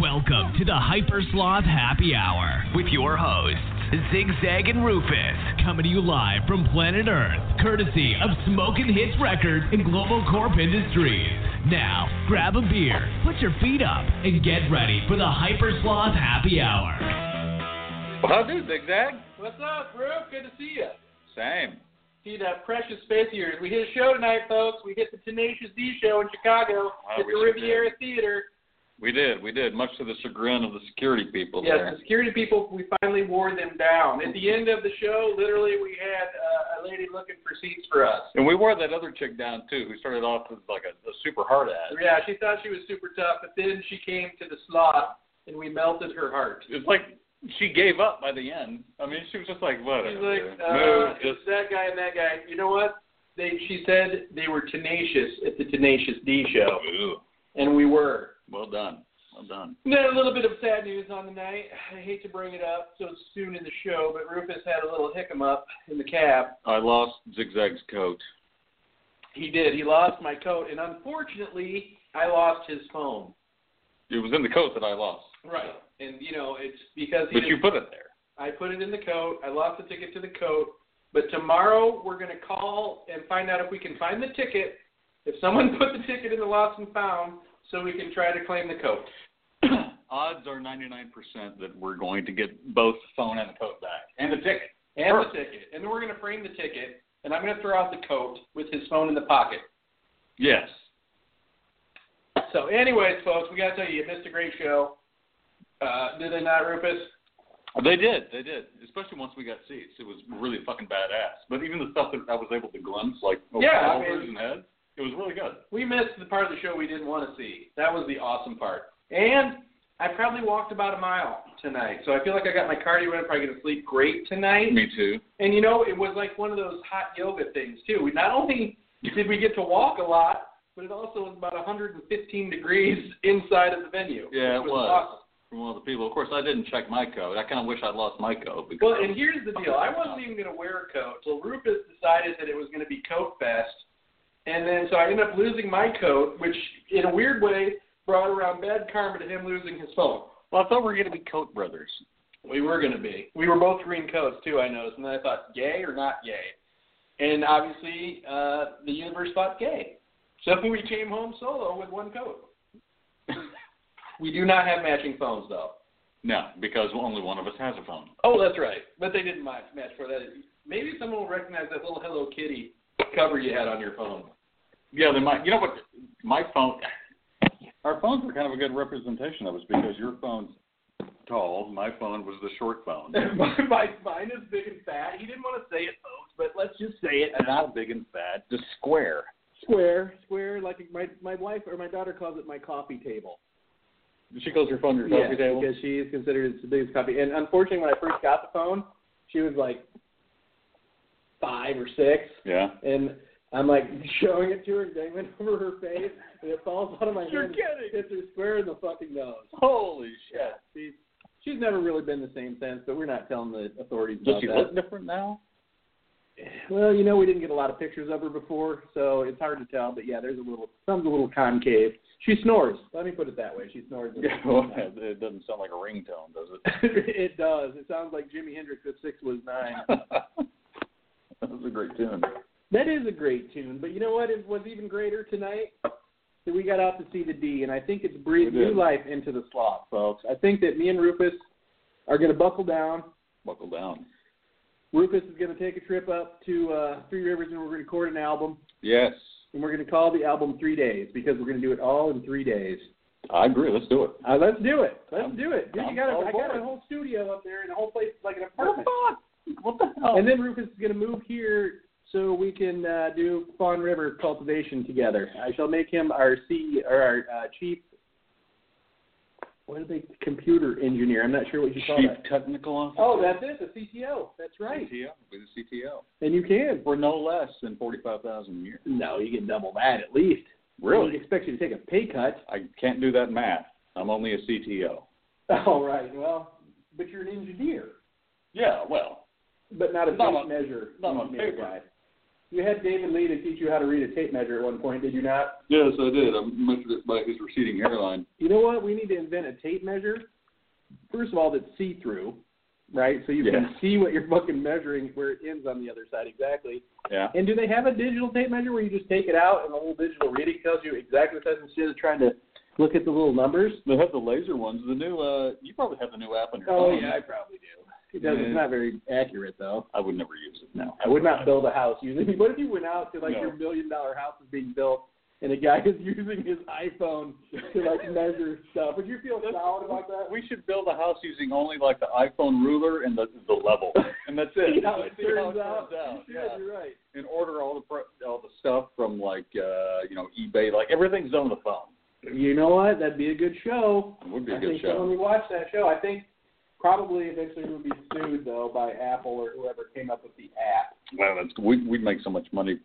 Welcome to the Hyper Sloth Happy Hour with your hosts, Zigzag and Rufus, coming to you live from planet Earth, courtesy of Smokin' Hits Records and Global Corp Industries. Now, grab a beer, put your feet up, and get ready for the Hyper Sloth Happy Hour. Well, how do, Zigzag? What's up, bro? Good to see you. Same. See that precious space of yours. We hit a show tonight, folks. We hit the Tenacious D show in Chicago I at the wish I did. Riviera Theater. We did, we did, much to the chagrin of the security people Yes, there. the security people, we finally wore them down. At the end of the show, literally, we had uh, a lady looking for seats for us. And we wore that other chick down too, who started off as like a, a super hard ass. Yeah, she thought she was super tough, but then she came to the slot, and we melted her heart. It's like she gave up by the end. I mean, she was just like, whatever. She's like, dude. uh, Move, it's just that guy and that guy. You know what? They, she said they were tenacious at the Tenacious D show, Ooh, and we were. well done, well done. And Then a little bit of sad news on the night. I hate to bring it up so soon in the show, but Rufus had a little hiccup up in the cab. I lost Zigzag's coat. He did. He lost my coat, and unfortunately, I lost his phone. It was in the coat that I lost, Right. And you know, it's because he but you didn't- put it there. I put it in the coat. I lost the ticket to the coat. But tomorrow we're going to call and find out if we can find the ticket. If someone put the ticket in the lost and found, so we can try to claim the coat. Odds are 99% that we're going to get both the phone and the coat back, and the ticket. And Sure. the ticket. And then we're going to frame the ticket, and I'm going to throw out the coat with his phone in the pocket. Yes. So, anyways, folks, we got to tell you, you missed a great show. Uh, did they not, Rufus? They did, they did. Especially once we got seats, it was really fucking badass. But even the stuff that I was able to glimpse, like over Yeah, I shoulders mean- and heads, it was really good. We missed the part of the show we didn't want to see. That was the awesome part. And I probably walked about a mile tonight, so I feel like I got my cardio in. I'm probably going to sleep great tonight. Me too. And you know, it was like one of those hot yoga things too. We not only did we get to walk a lot, but it also was about 115 degrees inside of the venue. Yeah, it which was. was. Awesome. From one of the people. Of course, I didn't check my code. I kind of wish I'd lost my code because Well, and here's the deal. I wasn't even going to wear a coat till Rufus decided that it was going to be coat fest, and then so I ended up losing my coat, which in a weird way brought around bad karma to him losing his phone. well, I thought we were gonna be coat brothers. We were going to be. We were both green coats too. I noticed, and then I thought, gay or not gay, and obviously uh, the universe thought gay. So we came home solo with one coat. we do not have matching phones though. No, because only one of us has a phone. Oh, that's right. But they didn't match, match for that. Maybe someone will recognize that little Hello Kitty cover you had on your phone. Yeah, they might. You know what? My phone. Our phones were kind of a good representation of us because your phone's tall. My phone was the short phone. my, my, mine is big and fat. He didn't want to say it, folks, but let's just say it. and not big and fat, just square. Square, square, like my my wife or my daughter calls it my coffee table. She calls your phone your coffee table. because she is considered it's the biggest coffee. And unfortunately, when I first got the phone, she was like five or six, Yeah. and I'm like showing it to her, dangling over her face, and it falls out of my hand. kidding. Hits her square in the fucking nose. Holy shit. She's she's never really been the same since, but we're not telling the authorities Does about she that. look different now? Well, you know, we didn't get a lot of pictures of her before, so it's hard to tell. But yeah, there's a little, some's a little concave. She snores. Let me put it that way. She snores. it doesn't sound like a ringtone, does it does. It sounds like Jimi Hendrix if six was nine. it? that was a great tune. That is a great tune. But you know what? It was even greater tonight that we got out to see the D, and I think it's breathed We did. new life into the slot, folks. I think that me and Rufus are going to buckle down. Buckle down. Rufus is going to take a trip up to uh, Three Rivers, and we're going to record an album. Yes. and we're going to call the album Three Days because we're going to do it all in three days. I agree. Let's do it. Uh, let's do it. Let's I'm- do it. Dude, I'm you got a, all I got for a it. whole studio up there and a whole place like an apartment. What the hell? And then Rufus is going to move here so we can uh, do Fawn River cultivation together. I shall make him our C or our uh, chief. What are they? Computer engineer. I'm not sure what you call Chief that. Technical Officer. Oh, that's it. The CTO. That's right. CTO. With the CTO. And you can. For no less than 45000 a year. No, you can double that at least. Really? We'd expect you to take a pay cut. I can't do that math. I'm only a CTO. All right. Well, but you're an engineer. Yeah, well, But not a Not tape on- measure. not on engineer paper. guy. You had David Lee to teach you how to read a tape measure at one point, did you not? Yes, I did. I measured it by his receding hairline. You know what? We need to invent a tape measure. First of all, that's see through, right? So you can Yeah. see what you're fucking measuring where it ends on the other side exactly. Yeah. And do they have a digital tape measure where you just take it out and the whole digital reading tells you exactly what it says instead of trying to look at the little numbers? They have the laser ones. The new, uh, you probably have the new app on your Oh phone. yeah, I probably do. It does. It's not very accurate though. I would never use it. No. I would not build a house using. What if you went out to like No. your million dollar house is being built, and a guy is using his iPhone to like measure stuff? Would you feel solid about that? Oh, We should build a house using only like the iPhone ruler and the the level, and that's See it. how it See how turns out. out, Yeah, Yeah. you're right. And order all the pro- all the stuff from like uh, you know eBay. Like everything's on the phone. You know what? That'd be a good show. It would be a I good think show. When we watch that show, I think probably eventually we would be sued though by Apple or whoever came up with the app. Wow, that's we we'd make so much money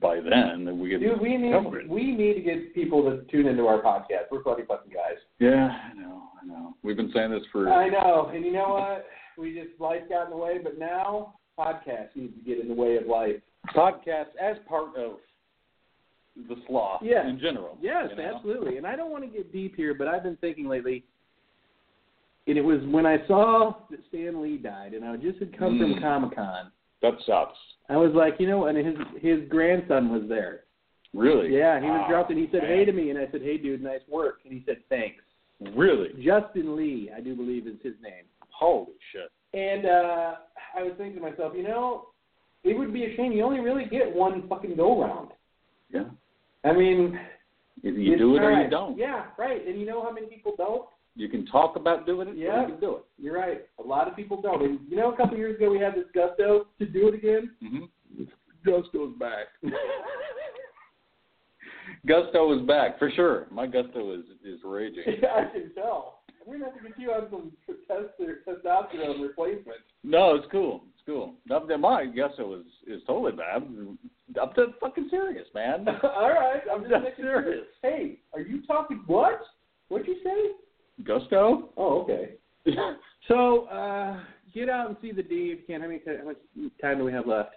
by then that we could Dude, we need cover it. we need to get people to tune into our podcast. We're funny fucking guys. Yeah, I know, I know. We've been saying this for I know, and you know what? We just life got in the way, but now podcasts need to get in the way of life. podcasts as part of the sloth Yes. in general. Yes, you know? absolutely. And I don't want to get deep here, but I've been thinking lately, and it was when I saw that Stan Lee died, and I just had come Mm. from Comic Con. That sucks. I was like, you know, and his his grandson was there. Really? Yeah, and he was Ah, dropped, and he said, man. "Hey" to me, and I said, "Hey, dude, nice work," and he said, "Thanks." Really? Justin Lee, I do believe, is his name. Holy shit. And uh, I was thinking to myself, you know, it would be a shame. You only really get one fucking go round. Yeah. I mean, Either you it's do it or you time. don't. Yeah, right. And you know how many people don't? You can talk about doing it Yeah. or you can do it. You're right. A lot of people don't. And you know, a couple years ago we had this gusto to do it again. Mm-hmm. Gusto's back. Gusto is back for sure. My gusto is is raging. I can tell. We're gonna have to get you on some test- testosterone replacement. no, it's cool. It's cool. Up there, my gusto is is totally bad. Up to fucking serious, man. All right, I'm just That's making sure. serious. Hey, are you talking what? What'd you say? gusto. Oh, okay. So, uh, get out and see the Dave. Ken, how, many, how much time do we have left?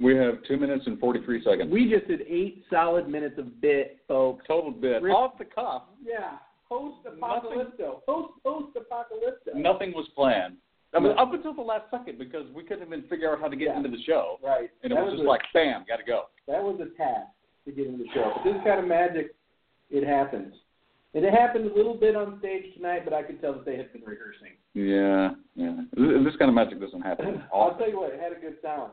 we have two minutes and forty three seconds. We just did eight solid minutes of bit, folks. Total bit Rip- off the cuff. Yeah. Post apocalypto. Post post apocalypto. Nothing was planned. I mean, No. up until the last second because we couldn't even figure out how to get Yeah. into the show, Right. and it that was just a, like bam, got to go. that was a task to get into the show. But this kind of magic, it happens. And it happened a little bit on stage tonight, but I could tell that they had been rehearsing. Yeah, yeah. This, this kind of magic doesn't happen. I'll often. tell you what, it had a good sound.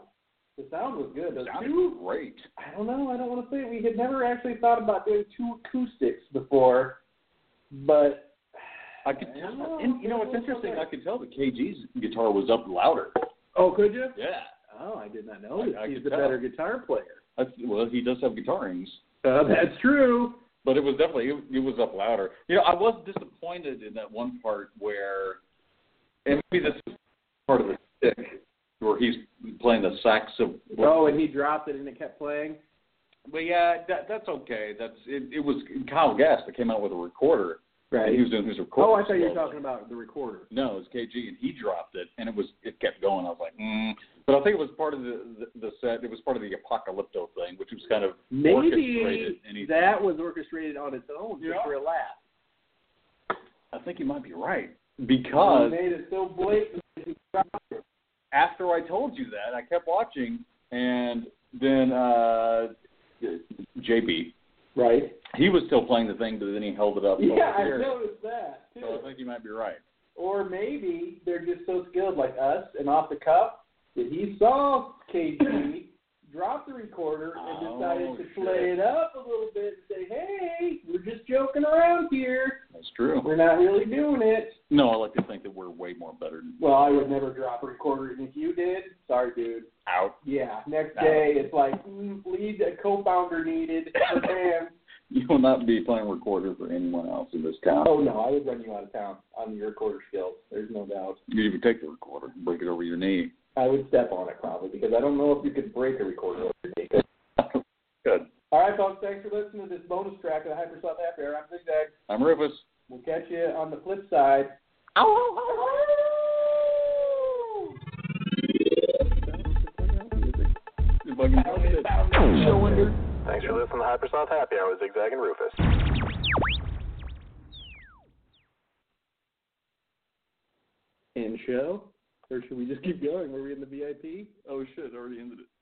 The sound was good. Those Sounded two, great. I don't know. I don't want to say it. we had never actually thought about doing two acoustics before, but I could I tell. don't know. And, you know, it's interesting. I could tell that KG's guitar was up louder. oh, could you? Yeah. Oh, I did not know. I- I He's could the tell. better guitar player. That's, well, he does have guitarings, Uh, that's true. but it was definitely it, it was up louder. You know, I was disappointed in that one part where, and maybe this is part of the stick where he's playing the sax of. Oh, and he dropped it and it kept playing. But yeah, that, that's okay. That's it, it was Kyle Gass that came out with a recorder. And he was doing his recorder. Oh, I thought you were solo. talking about the recorder. No, it was KG, and he dropped it, and it was it kept going. I was like, mm. but I think it was part of the, the the set. It was part of the apocalypto thing, which was kind of orchestrated. Maybe And he, that was orchestrated on its own Yeah. just for a laugh. I think you might be right because made it so blatant. after I told you that, I kept watching, and then uh JB, Right. he was still playing the thing, but then he held it up. over Yeah, I here. noticed that too. So I think you might be right. Or maybe they're just so skilled like us and off the cuff that he saw KG drop the recorder and Oh, decided to shit. play it up a little bit and say, "Hey, we're just joking around here. That's true. We're not really doing it." No, I like to think that we're way more better than Well, I would never drop a recorder, and if you did, sorry, dude. out. Yeah, next day it's like mm, lead a co-founder needed for Pam. You will not be playing recorder for anyone else in this town. Oh no, I would run you out of town on your recorder skills. There's no doubt. You'd even take the recorder and break it over your knee. I would step on it probably because I don't know if you could break a recorder. Over your knee. Good. All right, folks, thanks for listening to this bonus track of the Hypersoft Happy Hour. I'm Zigzag. I'm Rufus. We'll catch you on the flip side. Is fucking Show under. Thanks for listening to Hypersloth Happy Hour with Zigzag and Rufus. And show? Or should we just keep going? Were we in the VIP? Oh shit! Already ended it. Oh.